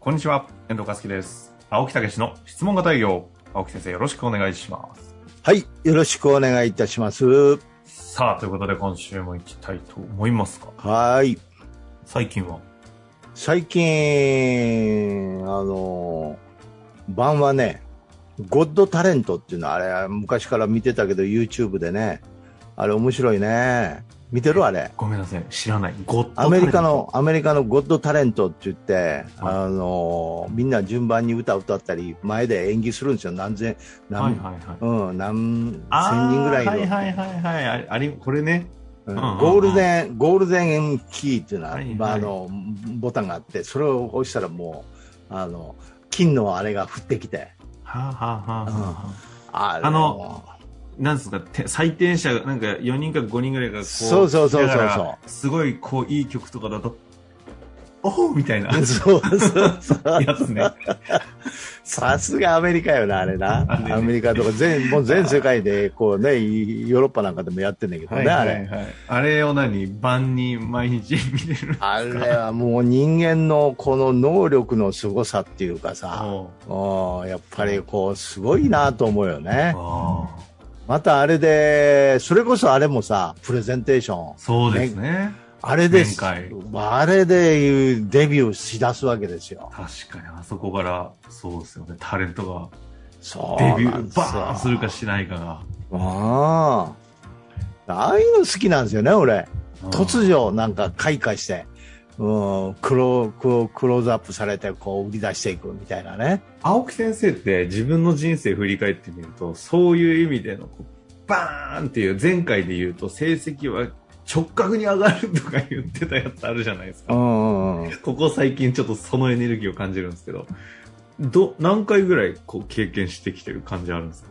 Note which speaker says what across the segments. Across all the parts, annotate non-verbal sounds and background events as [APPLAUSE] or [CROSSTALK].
Speaker 1: こんにちは、遠藤和樹です。青木武の質問型営業。青木先生、よろしくお願いします。
Speaker 2: はい。よろしくお願いいたします。
Speaker 1: さあ、ということで今週も行きたいと思いますが、
Speaker 2: はい。
Speaker 1: 最近は
Speaker 2: 最近、あの、晩はね、ゴッドタレントっていうのあれ、昔から見てたけど、YouTube でね、あれ面白いね。見てるあれ。
Speaker 1: ごめんなさい、知らない。ゴッドタレ
Speaker 2: ア
Speaker 1: ント
Speaker 2: メリカ。の、アメリカのゴッドタレントって言って、
Speaker 1: は
Speaker 2: あの、みんな順番に歌歌ったり、前で演技するんですよ。何千、何、
Speaker 1: はいはいはい。
Speaker 2: うん、何
Speaker 1: あー
Speaker 2: 千人ぐらいの。
Speaker 1: はいはいはいはい。あれ、あれこれね。
Speaker 2: うん
Speaker 1: うんうん
Speaker 2: ゴールデン、ゴールデンキーっていうのは、
Speaker 1: はいはい
Speaker 2: まあ、あの、ボタンがあって、それを押したらもう、あの、金のあれが降ってきて、
Speaker 1: はあ、はあはあはあ、
Speaker 2: あ
Speaker 1: あの、なんですか、て採点者が、なんか4人か5人ぐらいがこう、
Speaker 2: そうそうそ
Speaker 1: 聞き
Speaker 2: うそうそう
Speaker 1: ながらすごい、こう、いい曲とかだと、おうみたい
Speaker 2: [LAUGHS]
Speaker 1: なや
Speaker 2: そうそうそう。
Speaker 1: つ
Speaker 2: [LAUGHS]
Speaker 1: ね。
Speaker 2: さすがアメリカよな、あれな。
Speaker 1: あれね
Speaker 2: アメリカとか全、もう全世界で、こうね、いヨーロッパなんかでもやってんだけどね、あれ。
Speaker 1: はい。あれを何晩に毎日見てる
Speaker 2: あれはもう人間のこの能力の凄さっていうかさ、
Speaker 1: おう
Speaker 2: うんやっぱりこう、すごいなと思うよね。
Speaker 1: ああ。
Speaker 2: またあれで、それこそあれもさ、プレゼンテーション。
Speaker 1: そうですね。
Speaker 2: あれで
Speaker 1: 前回、
Speaker 2: あれでデビューしだすわけですよ。
Speaker 1: 確かにあそこから、そうですよね。タレント
Speaker 2: そ
Speaker 1: が
Speaker 2: う
Speaker 1: デ
Speaker 2: なん
Speaker 1: ビ
Speaker 2: ですよ。
Speaker 1: ュー、バーンするかしないかが。
Speaker 2: ああ。ああいうの好きなんですよね、俺。
Speaker 1: うん
Speaker 2: 突如なんか開花して、うん、クロクロクローズアップされて、こう売り出していくみたいなね。
Speaker 1: 青木先生って自分の人生振り返ってみると、そういう意味での、こうバーンっていう、前回で言うと成績は直角に上がるとか言ってたやつあるじゃないです
Speaker 2: う
Speaker 1: か。
Speaker 2: んうんうん。
Speaker 1: ここ最近ちょっとそのエネルギーを感じるんですけど、ど、何回ぐらいこう経験してきてる感じあるんですか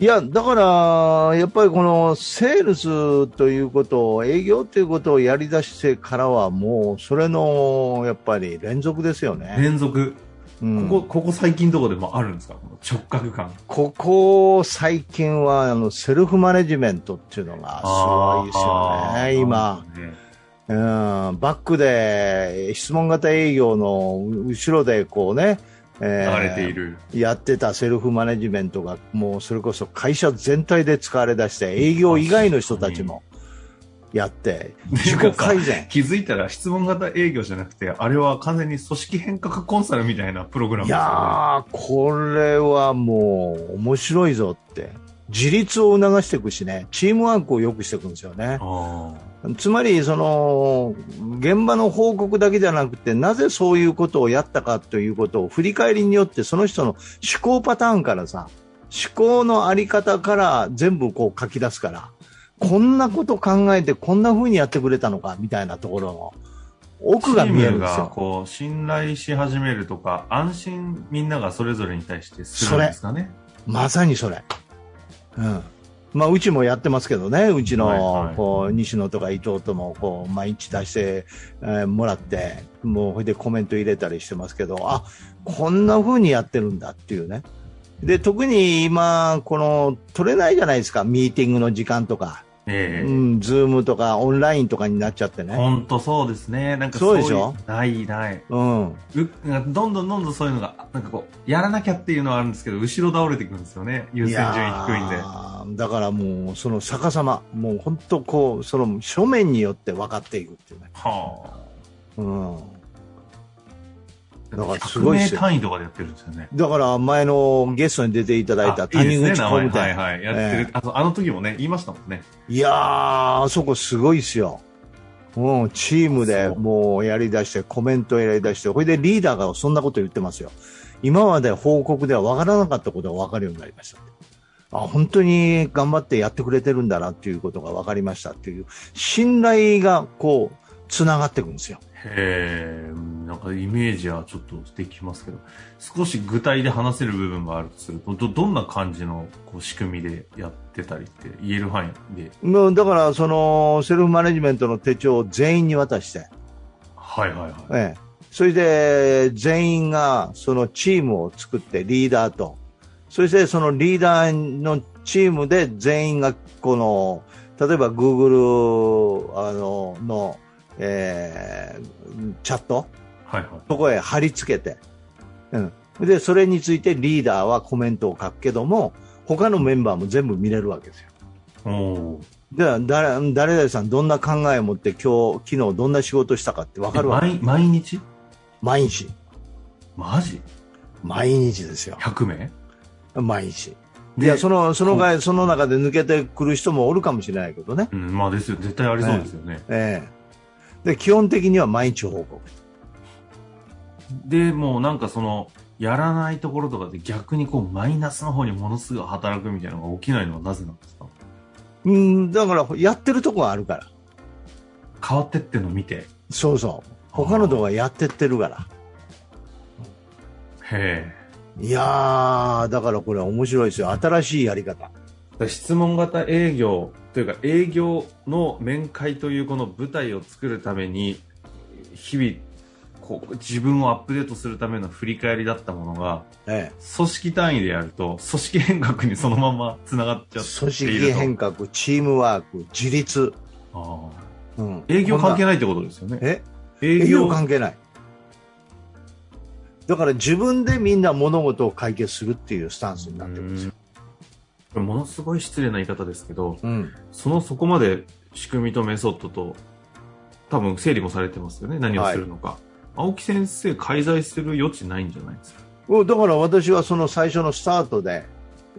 Speaker 2: いや、だから、やっぱりこのセールスということを、営業ということをやり出してからは、もう、それの、やっぱり連続ですよね。
Speaker 1: 連続。
Speaker 2: うん
Speaker 1: ここ、ここ最近どこでもあるんですかこの直角感。
Speaker 2: ここ最近は、あの、セルフマネジメントっていうのがすごいですよ
Speaker 1: あー
Speaker 2: ね、今。。うん、バックで、質問型営業の後ろで、こうね、え
Speaker 1: 流
Speaker 2: ー
Speaker 1: れている。
Speaker 2: やってたセルフマネジメントが、もうそれこそ会社全体で使われだして、営業以外の人たちもやって、自己改善。
Speaker 1: 気づいたら質問型営業じゃなくて、あれは完全に組織変革コンサルみたいなプログラム
Speaker 2: い
Speaker 1: ですよね
Speaker 2: やー、これはもう面白いぞって。自立を促していくしね、チームワークを良くしていくんですよね。
Speaker 1: あ
Speaker 2: つまり、その、現場の報告だけじゃなくて、なぜそういうことをやったかということを振り返りによって、その人の思考パターンからさ、思考のあり方から全部こう書き出すから、こんなこと考えてこんな風にやってくれたのか、みたいなところの
Speaker 1: ー
Speaker 2: 奥が見えるんで
Speaker 1: チ
Speaker 2: す
Speaker 1: ームが
Speaker 2: よ。
Speaker 1: こう、信頼し始めるとか、安心みんながそれぞれに対してするんですかね。
Speaker 2: まさにそれ。うん。まあ、うちもやってますけどね、うち
Speaker 1: はいは
Speaker 2: の
Speaker 1: い、
Speaker 2: こう、西野とか伊藤とも、こう、毎日出して、えーもらって、もう、ほいでコメント入れたりしてますけど、あ、こんな風にやってるんだっていうね。で、特に今、この、取れないじゃないですか、ミーティングの時間とか、う
Speaker 1: ええ
Speaker 2: ん、ズームとか、オンラインとかになっちゃってね。
Speaker 1: ほんとそうですね。なんか
Speaker 2: そうで
Speaker 1: い
Speaker 2: しょ
Speaker 1: ないない。
Speaker 2: うん。
Speaker 1: うなんかどんどんどんどんそういうのが、なんかこう、やらなきゃっていうのはあるんですけど、後ろ倒れていくんですよね。優先順位低いんで。
Speaker 2: やーだからもう、その逆さま、もう本当こう、その正面によって分かっていくっていうね。
Speaker 1: は
Speaker 2: うん。
Speaker 1: あ。
Speaker 2: だからすごいっす
Speaker 1: 100名
Speaker 2: よ
Speaker 1: 単位とかでやってるんですよね。
Speaker 2: だから前のゲストに出ていただいた
Speaker 1: あい
Speaker 2: 谷
Speaker 1: いですね
Speaker 2: 口
Speaker 1: 名
Speaker 2: 子
Speaker 1: 前
Speaker 2: みた
Speaker 1: はい
Speaker 2: いな。
Speaker 1: はい。やってる、あの。あの時もね、言いましたもんね。
Speaker 2: いやー、あそこすごいですよ。うん、チームで
Speaker 1: そう
Speaker 2: もうやり出して、コメントやり出して、これでリーダーがそんなこと言ってますよ。今まで報告では分からなかったことが分かるようになりました。あ本当に頑張ってやってくれてるんだなっていうことが分かりましたっていう、信頼がこう、つながっていくんですよ。
Speaker 1: へえ、なんかイメージはちょっとできますけど、少し具体で話せる部分があるとすると、ど、どんな感じのこう仕組みでやってたりって言える範囲で。
Speaker 2: もうだから、その、セルフマネジメントの手帳を全員に渡して、
Speaker 1: はいはいはい。
Speaker 2: ええ、それで全員がそのチームを作ってリーダーと、そしてそのリーダーのチームで全員がこの、例えば Google あのの、えーチャット、
Speaker 1: はいはい。
Speaker 2: そこへ貼り付けて、うん、でそれについてリーダーはコメントを書くけども他のメンバーも全部見れるわけですよ。
Speaker 1: おー
Speaker 2: で誰誰々さん、どんな考えを持って今日昨日どんな仕事したかって分かるわけ
Speaker 1: 毎毎日
Speaker 2: 毎日、
Speaker 1: マジ
Speaker 2: 毎日ですよ、
Speaker 1: ?100 名
Speaker 2: 毎日。い
Speaker 1: で
Speaker 2: やそのそのがその中で抜けてくる人もおるかもしれないけどね、
Speaker 1: うん、まあですよ。絶対ありそうですよね。
Speaker 2: ええで基本的には毎日報告、
Speaker 1: で、もうなんかその、やらないところとかで逆にこう、マイナスの方にものすごい働くみたいなのが起きないのはなぜなんですか
Speaker 2: うん、だからやってるとこがあるから、
Speaker 1: 変わってってんの見て。へ
Speaker 2: そうそう、他のとこはやってってるから、
Speaker 1: え。
Speaker 2: いやー、だからこれ、面白いですよ、新しいやり方、
Speaker 1: だから質問型営業というか営業の面会というこの舞台を作るために日々こう自分をアップデートするための振り返りだったものが
Speaker 2: ええ、
Speaker 1: 組織単位でやると組織変革にそのままつながっちゃっていると
Speaker 2: 組織変革、チームワーク、自立、
Speaker 1: ああ
Speaker 2: うん、
Speaker 1: 営業関係な
Speaker 2: ない
Speaker 1: いってことですよね
Speaker 2: え
Speaker 1: 営
Speaker 2: 営業
Speaker 1: 業
Speaker 2: 関係ない。だから自分でみんな物事を解決するっていうスタンスになってるんですよ。
Speaker 1: うんものすごい失礼な言い方ですけど
Speaker 2: うん、
Speaker 1: そのそこまで仕組みとメソッドと多分整理もされてますよね何をするのか、青木先生介在する余地ないんじゃないですか
Speaker 2: うんだから私はその最初のスタートで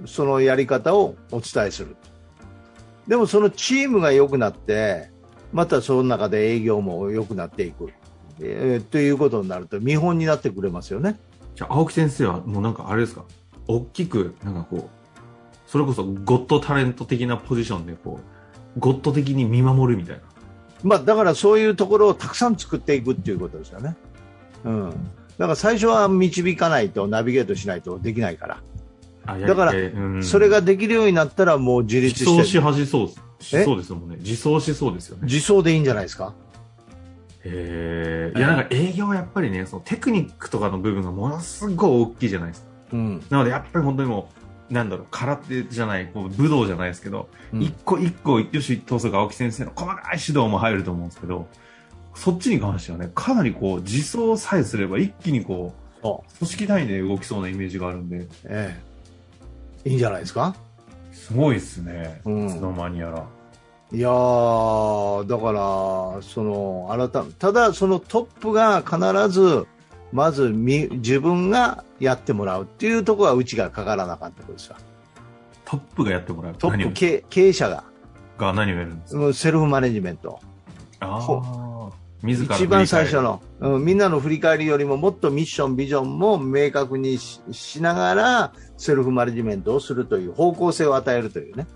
Speaker 2: そのやり方をお伝えするでもそのチームが良くなってまたその中で営業も良くなっていく、えーということになると見本になってくれますよね
Speaker 1: じゃあ青木先生はもうなんかあれですか大きくなんかこうそれこそゴッドタレント的なポジションでこうゴッド的に見守るみたいな
Speaker 2: まあ、だからそういうところをたくさん作っていくっていうことですよね。うん。だから最初は導かないと、ナビゲートしないとできないから。
Speaker 1: あや
Speaker 2: だから
Speaker 1: えーうん
Speaker 2: それができるようになったらもう自立
Speaker 1: 自走
Speaker 2: して
Speaker 1: し、始そう
Speaker 2: え
Speaker 1: しそうですもんね自走しそうですよね
Speaker 2: 自走でいいんじゃないですか。
Speaker 1: へえいやなんか営業はやっぱりねそのテクニックとかの部分がものすごい大きいじゃないですか
Speaker 2: うん。
Speaker 1: なのでやっぱり本当にもうなんだろう空手じゃないこう武道じゃないですけど
Speaker 2: うん
Speaker 1: 一個一個一挙手一投足青木先生の細かい指導も入ると思うんですけどそっちに関してはねかなりこう自走さえすれば一気にこう
Speaker 2: そ
Speaker 1: 組織単位で動きそうなイメージがあるんで
Speaker 2: ええ。いいんじゃないですか。
Speaker 1: すごいですね、
Speaker 2: うん
Speaker 1: いつの間にやら
Speaker 2: いやー、だから、その、改め、ただそのトップが必ず、まずみ自分がやってもらうっていうところはうちがかからなかったことですよ。
Speaker 1: トップがやってもらう
Speaker 2: トッ
Speaker 1: 何を
Speaker 2: プ経経営者が、
Speaker 1: が何をやるんですか、
Speaker 2: うんセルフマネジメント。
Speaker 1: あ
Speaker 2: ほ
Speaker 1: あ自ら
Speaker 2: 一番最初
Speaker 1: の
Speaker 2: の、うん、みんなの振り返りよりももっとミッション、ビジョンも明確にししながらセルフマネジメントをするという方向性を与えるというね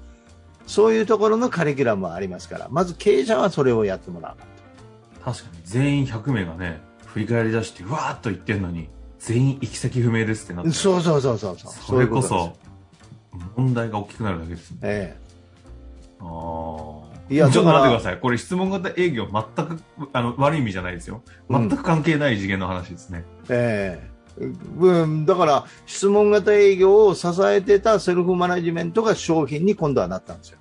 Speaker 2: そういうところのカリキュラムはありますからまず経営者はそれをやってもらう
Speaker 1: 確かに全員100名がね振り返り出してうわーっと言ってるのに全員行き先不明ですってなって
Speaker 2: そうそうそうそうそう
Speaker 1: それこ
Speaker 2: そういう
Speaker 1: そ問題が大きくなるだけですね
Speaker 2: とです、え
Speaker 1: ああ。
Speaker 2: いや
Speaker 1: ちょっと
Speaker 2: だから
Speaker 1: 待ってください。これ質問型営業全く、あの、悪い意味じゃないですよ。
Speaker 2: うん
Speaker 1: 全く関係ない次元の話ですね。
Speaker 2: えええうん、だから質問型営業を支えてたセルフマネジメントが商品に今度はなったんですよ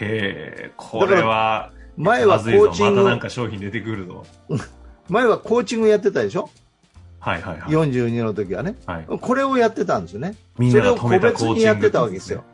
Speaker 1: へえ、これは、
Speaker 2: 前
Speaker 1: ま
Speaker 2: はコ
Speaker 1: ずいぞ
Speaker 2: ー。チン
Speaker 1: ま
Speaker 2: グ、
Speaker 1: たなんか商品出てくるぞ。
Speaker 2: 前はコーチングやってたでしょ
Speaker 1: はいはいはい。
Speaker 2: 42の時はね
Speaker 1: はい、
Speaker 2: これをやってたんですよね
Speaker 1: みん
Speaker 2: そ
Speaker 1: な
Speaker 2: れ
Speaker 1: が
Speaker 2: を
Speaker 1: 止
Speaker 2: 個
Speaker 1: めた
Speaker 2: 別
Speaker 1: コーチング、
Speaker 2: にやってたわけですよ。。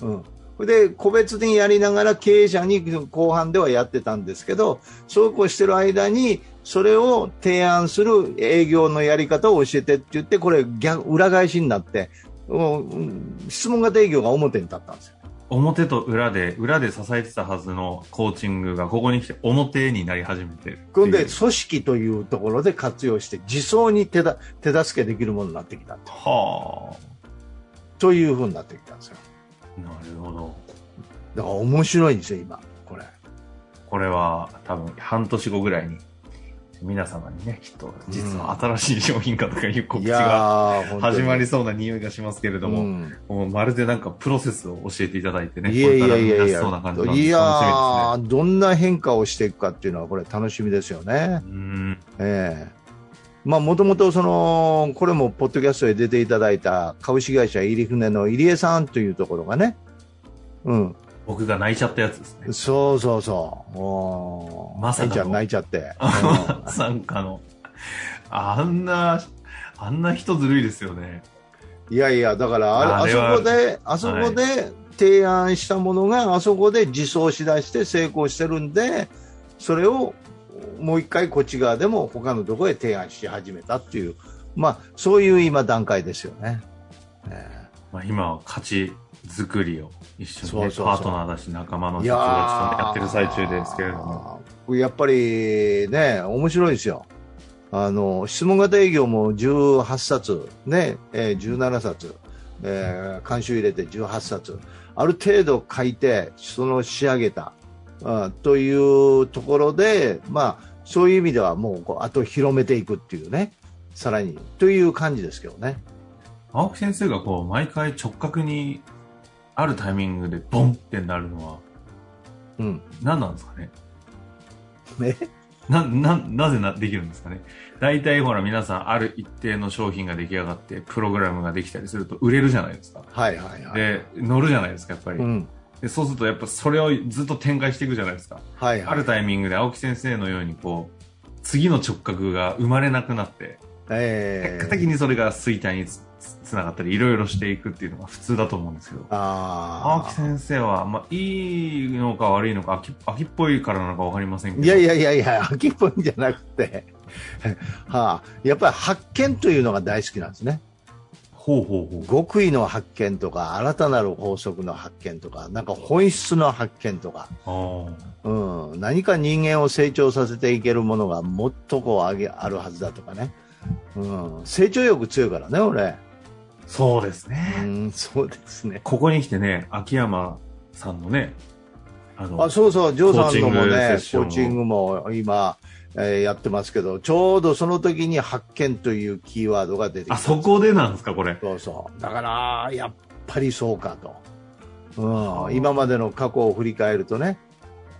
Speaker 2: うん、それで個別にやりながら経営者に後半ではやってたんですけどそうこうしてる間にそれを提案する営業のやり方を教えてって言ってこれ逆裏返しになってもううん質問型営業が表に立ったんですよ。
Speaker 1: 表と裏で、裏で支えてたはずのコーチングが、ここに来て表になり始めてるっていう。
Speaker 2: んで組織というところで活用して自走に手だ手助けできるものになってきたと
Speaker 1: は
Speaker 2: というふうになってきたんですよ。
Speaker 1: あ。なるほど。
Speaker 2: だから面白いんですよ今これ。
Speaker 1: これは多分半年後ぐらいに皆様にねきっと実は新しい商品化とかいう告知が
Speaker 2: ー本当に
Speaker 1: 始まりそうな匂いがしますけれども、
Speaker 2: うん
Speaker 1: もうまるでなんかプロセスを教えていただいてね
Speaker 2: いやいや
Speaker 1: これ
Speaker 2: いや
Speaker 1: から見
Speaker 2: い
Speaker 1: 出し
Speaker 2: や
Speaker 1: そうな感じな、んで
Speaker 2: いや
Speaker 1: 楽しみ
Speaker 2: ーどんな変化をしていくかっていうのは、これ、楽しみですよね。
Speaker 1: ですねうん
Speaker 2: ええまあ、もともと、その、これも、ポッドキャストで出ていただいた、株式会社入船の入江さんというところがね、うん、
Speaker 1: 僕が泣いちゃったやつですね
Speaker 2: そうそうそう、おー
Speaker 1: まさかの [LAUGHS]
Speaker 2: 愛ちゃん泣いちゃって、
Speaker 1: 参加のあんな、あんな人ずるいですよね。
Speaker 2: いやいや、だからあ
Speaker 1: あ
Speaker 2: れ
Speaker 1: れ
Speaker 2: あ
Speaker 1: は
Speaker 2: そこで、あそこで提案したものが、あそこで自走しだして成功してるんで、それをもう一回こっち側でも他のところへ提案し始めたっていう、まあ、そういう今段階ですよね。え
Speaker 1: まあ、今は価値作りを一緒にね、
Speaker 2: そうそうそう
Speaker 1: パートナーだし仲間の
Speaker 2: ー
Speaker 1: 人たちとやってる最中ですけれども。
Speaker 2: やっぱりね、面白いですよ。あの、質問型営業も18冊、ね、えー17冊、えー監修入れて18冊、ある程度書いて、その仕上げた、あというところで、まあ、そういう意味ではもうこう、あと広めていくっていうね、さらに、という感じですけどね。
Speaker 1: 青木先生がこう毎回直角にあるタイミングでボンってなるのは
Speaker 2: うん。
Speaker 1: 何なんですかね
Speaker 2: ね
Speaker 1: な、な、なぜな、できるんですかね大体ほら皆さんある一定の商品が出来上がってプログラムができたりすると売れるじゃないですか。
Speaker 2: はいはいはい。
Speaker 1: で、乗るじゃないですか、やっぱり。
Speaker 2: うん。
Speaker 1: でそうするとやっぱそれをずっと展開していくじゃないですか。
Speaker 2: はいはい。
Speaker 1: あるタイミングで青木先生のようにこう、次の直角が生まれなくなって、
Speaker 2: え
Speaker 1: 結
Speaker 2: ー
Speaker 1: 果的にそれが衰退につつつながったりいろいろしていくっていうのが普通だと思うんですけど。青
Speaker 2: あ
Speaker 1: 木
Speaker 2: あ。
Speaker 1: 先生は、まあ、いいのか悪いのか秋秋っぽいからなのか分かりませんけど
Speaker 2: いやいやいやいや、秋っぽいんじゃなくて、 [LAUGHS] はあ、やっぱり発見というのが大好きなんですね。
Speaker 1: ほうほうほう
Speaker 2: 極意の発見とか、新たなる法則の発見とか、なんか本質の発見とか、
Speaker 1: あ
Speaker 2: うん、何か人間を成長させていけるものがもっとこうあげあるはずだとかね。うん、成長欲強いからね、俺。
Speaker 1: ーそうですね
Speaker 2: うん、そうですね。
Speaker 1: ここに来てね秋山さんのねあの
Speaker 2: あそうそう、ジョーさんのも
Speaker 1: コーチングセ
Speaker 2: ね
Speaker 1: ッ、ショ
Speaker 2: コ
Speaker 1: ンを
Speaker 2: ーチングも今、えーやってますけど、ちょうどその時に発見というキーワードが出てき
Speaker 1: あ
Speaker 2: た。
Speaker 1: そこでなんですかこれ
Speaker 2: そうそう。だから、やっぱりそうかと。うん。今までの過去を振り返るとね。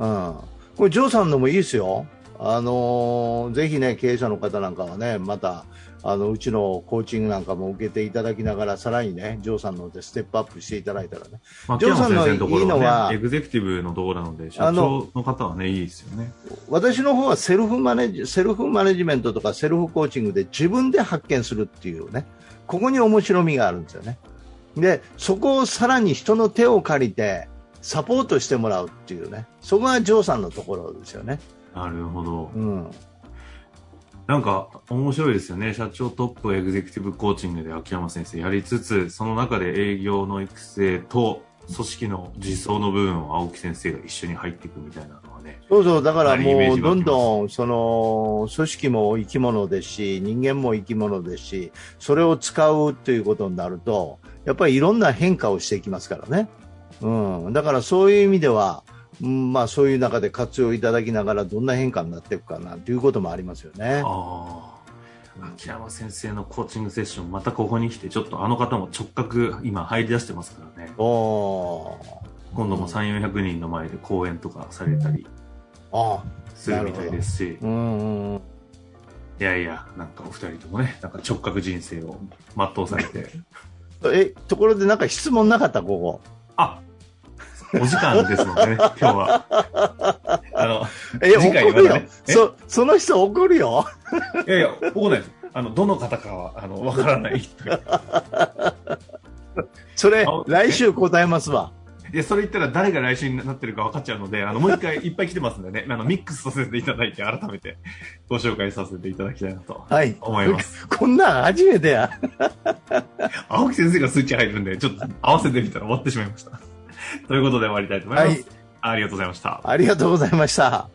Speaker 2: うん。これ、ジョーさんのもいいですよ。あのーぜひね、経営者の方なんかはね、また、あの、うちのコーチングなんかも受けていただきながら、さらにね、ジョーさんのでステップアップしていただいたらね。
Speaker 1: 秋山先生のとこ
Speaker 2: ジョーさんのいいの
Speaker 1: ろ
Speaker 2: は
Speaker 1: はねエグゼクティブのところなので社
Speaker 2: あの
Speaker 1: 長の方はねいいですよね
Speaker 2: 私の方はセルフマネジ、セルフマネジメントとかセルフコーチングで自分で発見するっていうね、ここに面白みがあるんですよね。で、そこをさらに人の手を借りてサポートしてもらうっていうね、そこがジョーさんのところですよね。
Speaker 1: なるほど
Speaker 2: うん。
Speaker 1: なんか面白いですよね社長トップエグゼクティブコーチングで秋山先生やりつつその中で営業の育成と組織の実装の部分を青木先生が一緒に入っていくみたいなのはね
Speaker 2: そうそう、だから
Speaker 1: はいイメ
Speaker 2: も
Speaker 1: ー
Speaker 2: う
Speaker 1: ジ湧き
Speaker 2: ど
Speaker 1: ま
Speaker 2: ん
Speaker 1: す
Speaker 2: どん、その、組織も生き物ですし、人間も生き物ですし、それを使うということになると、やっぱりいろんな変化をしていきますからね。うん。だからそういう意味では、うん、まあそういう中で活用いただきながらどんな変化になっていくかなということもありますよね。
Speaker 1: ああ秋山先生のコーチングセッションまたここに来てちょっとあの方も直角今入り出してますからね
Speaker 2: おー
Speaker 1: 今度も3 4 0 0人の前で講演とかされたり
Speaker 2: あ
Speaker 1: するみたいですし
Speaker 2: あ、うんうん。
Speaker 1: いやいやなんかお二人ともねなんか直角人生を全うされて
Speaker 2: え、ところでなんか質問なかったここ。
Speaker 1: あお時間ですので
Speaker 2: [LAUGHS]
Speaker 1: ね今日はあの
Speaker 2: え、
Speaker 1: 次回
Speaker 2: 怒るよ
Speaker 1: またね。え
Speaker 2: そ、その人怒るよ。
Speaker 1: いやいや、僕ね、あの、どの方かは、あの、わからないという。
Speaker 2: それ
Speaker 1: あ、
Speaker 2: 来週答えますわ。
Speaker 1: いや、それ言ったら誰が来週になってるか分かっちゃうので、あの、もう一回いっぱい来てますんでね、あの、ミックスさせていただいて、改めてご紹介させていただきたいなと
Speaker 2: はい。
Speaker 1: 思います。
Speaker 2: [LAUGHS] こんなん初めてや。
Speaker 1: 青木先生がスイッチ入るんで、ちょっと合わせてみたら終わってしまいました。ということで終わりたいと思います。
Speaker 2: はい
Speaker 1: ありがとうございました。
Speaker 2: ありがとうございました。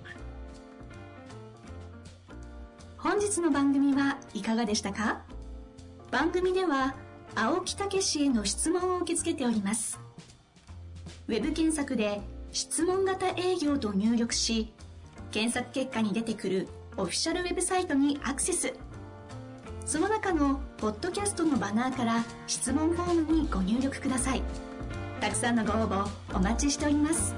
Speaker 3: 本日の番組はいかがでしたか番組では青木武氏への質問を受け付けておりますウェブ検索で「質問型営業」と入力し検索結果に出てくるオフィシャルウェブサイトにアクセスその中のポッドキャストのバナーから質問フォームにご入力くださいたくさんのご応募お待ちしております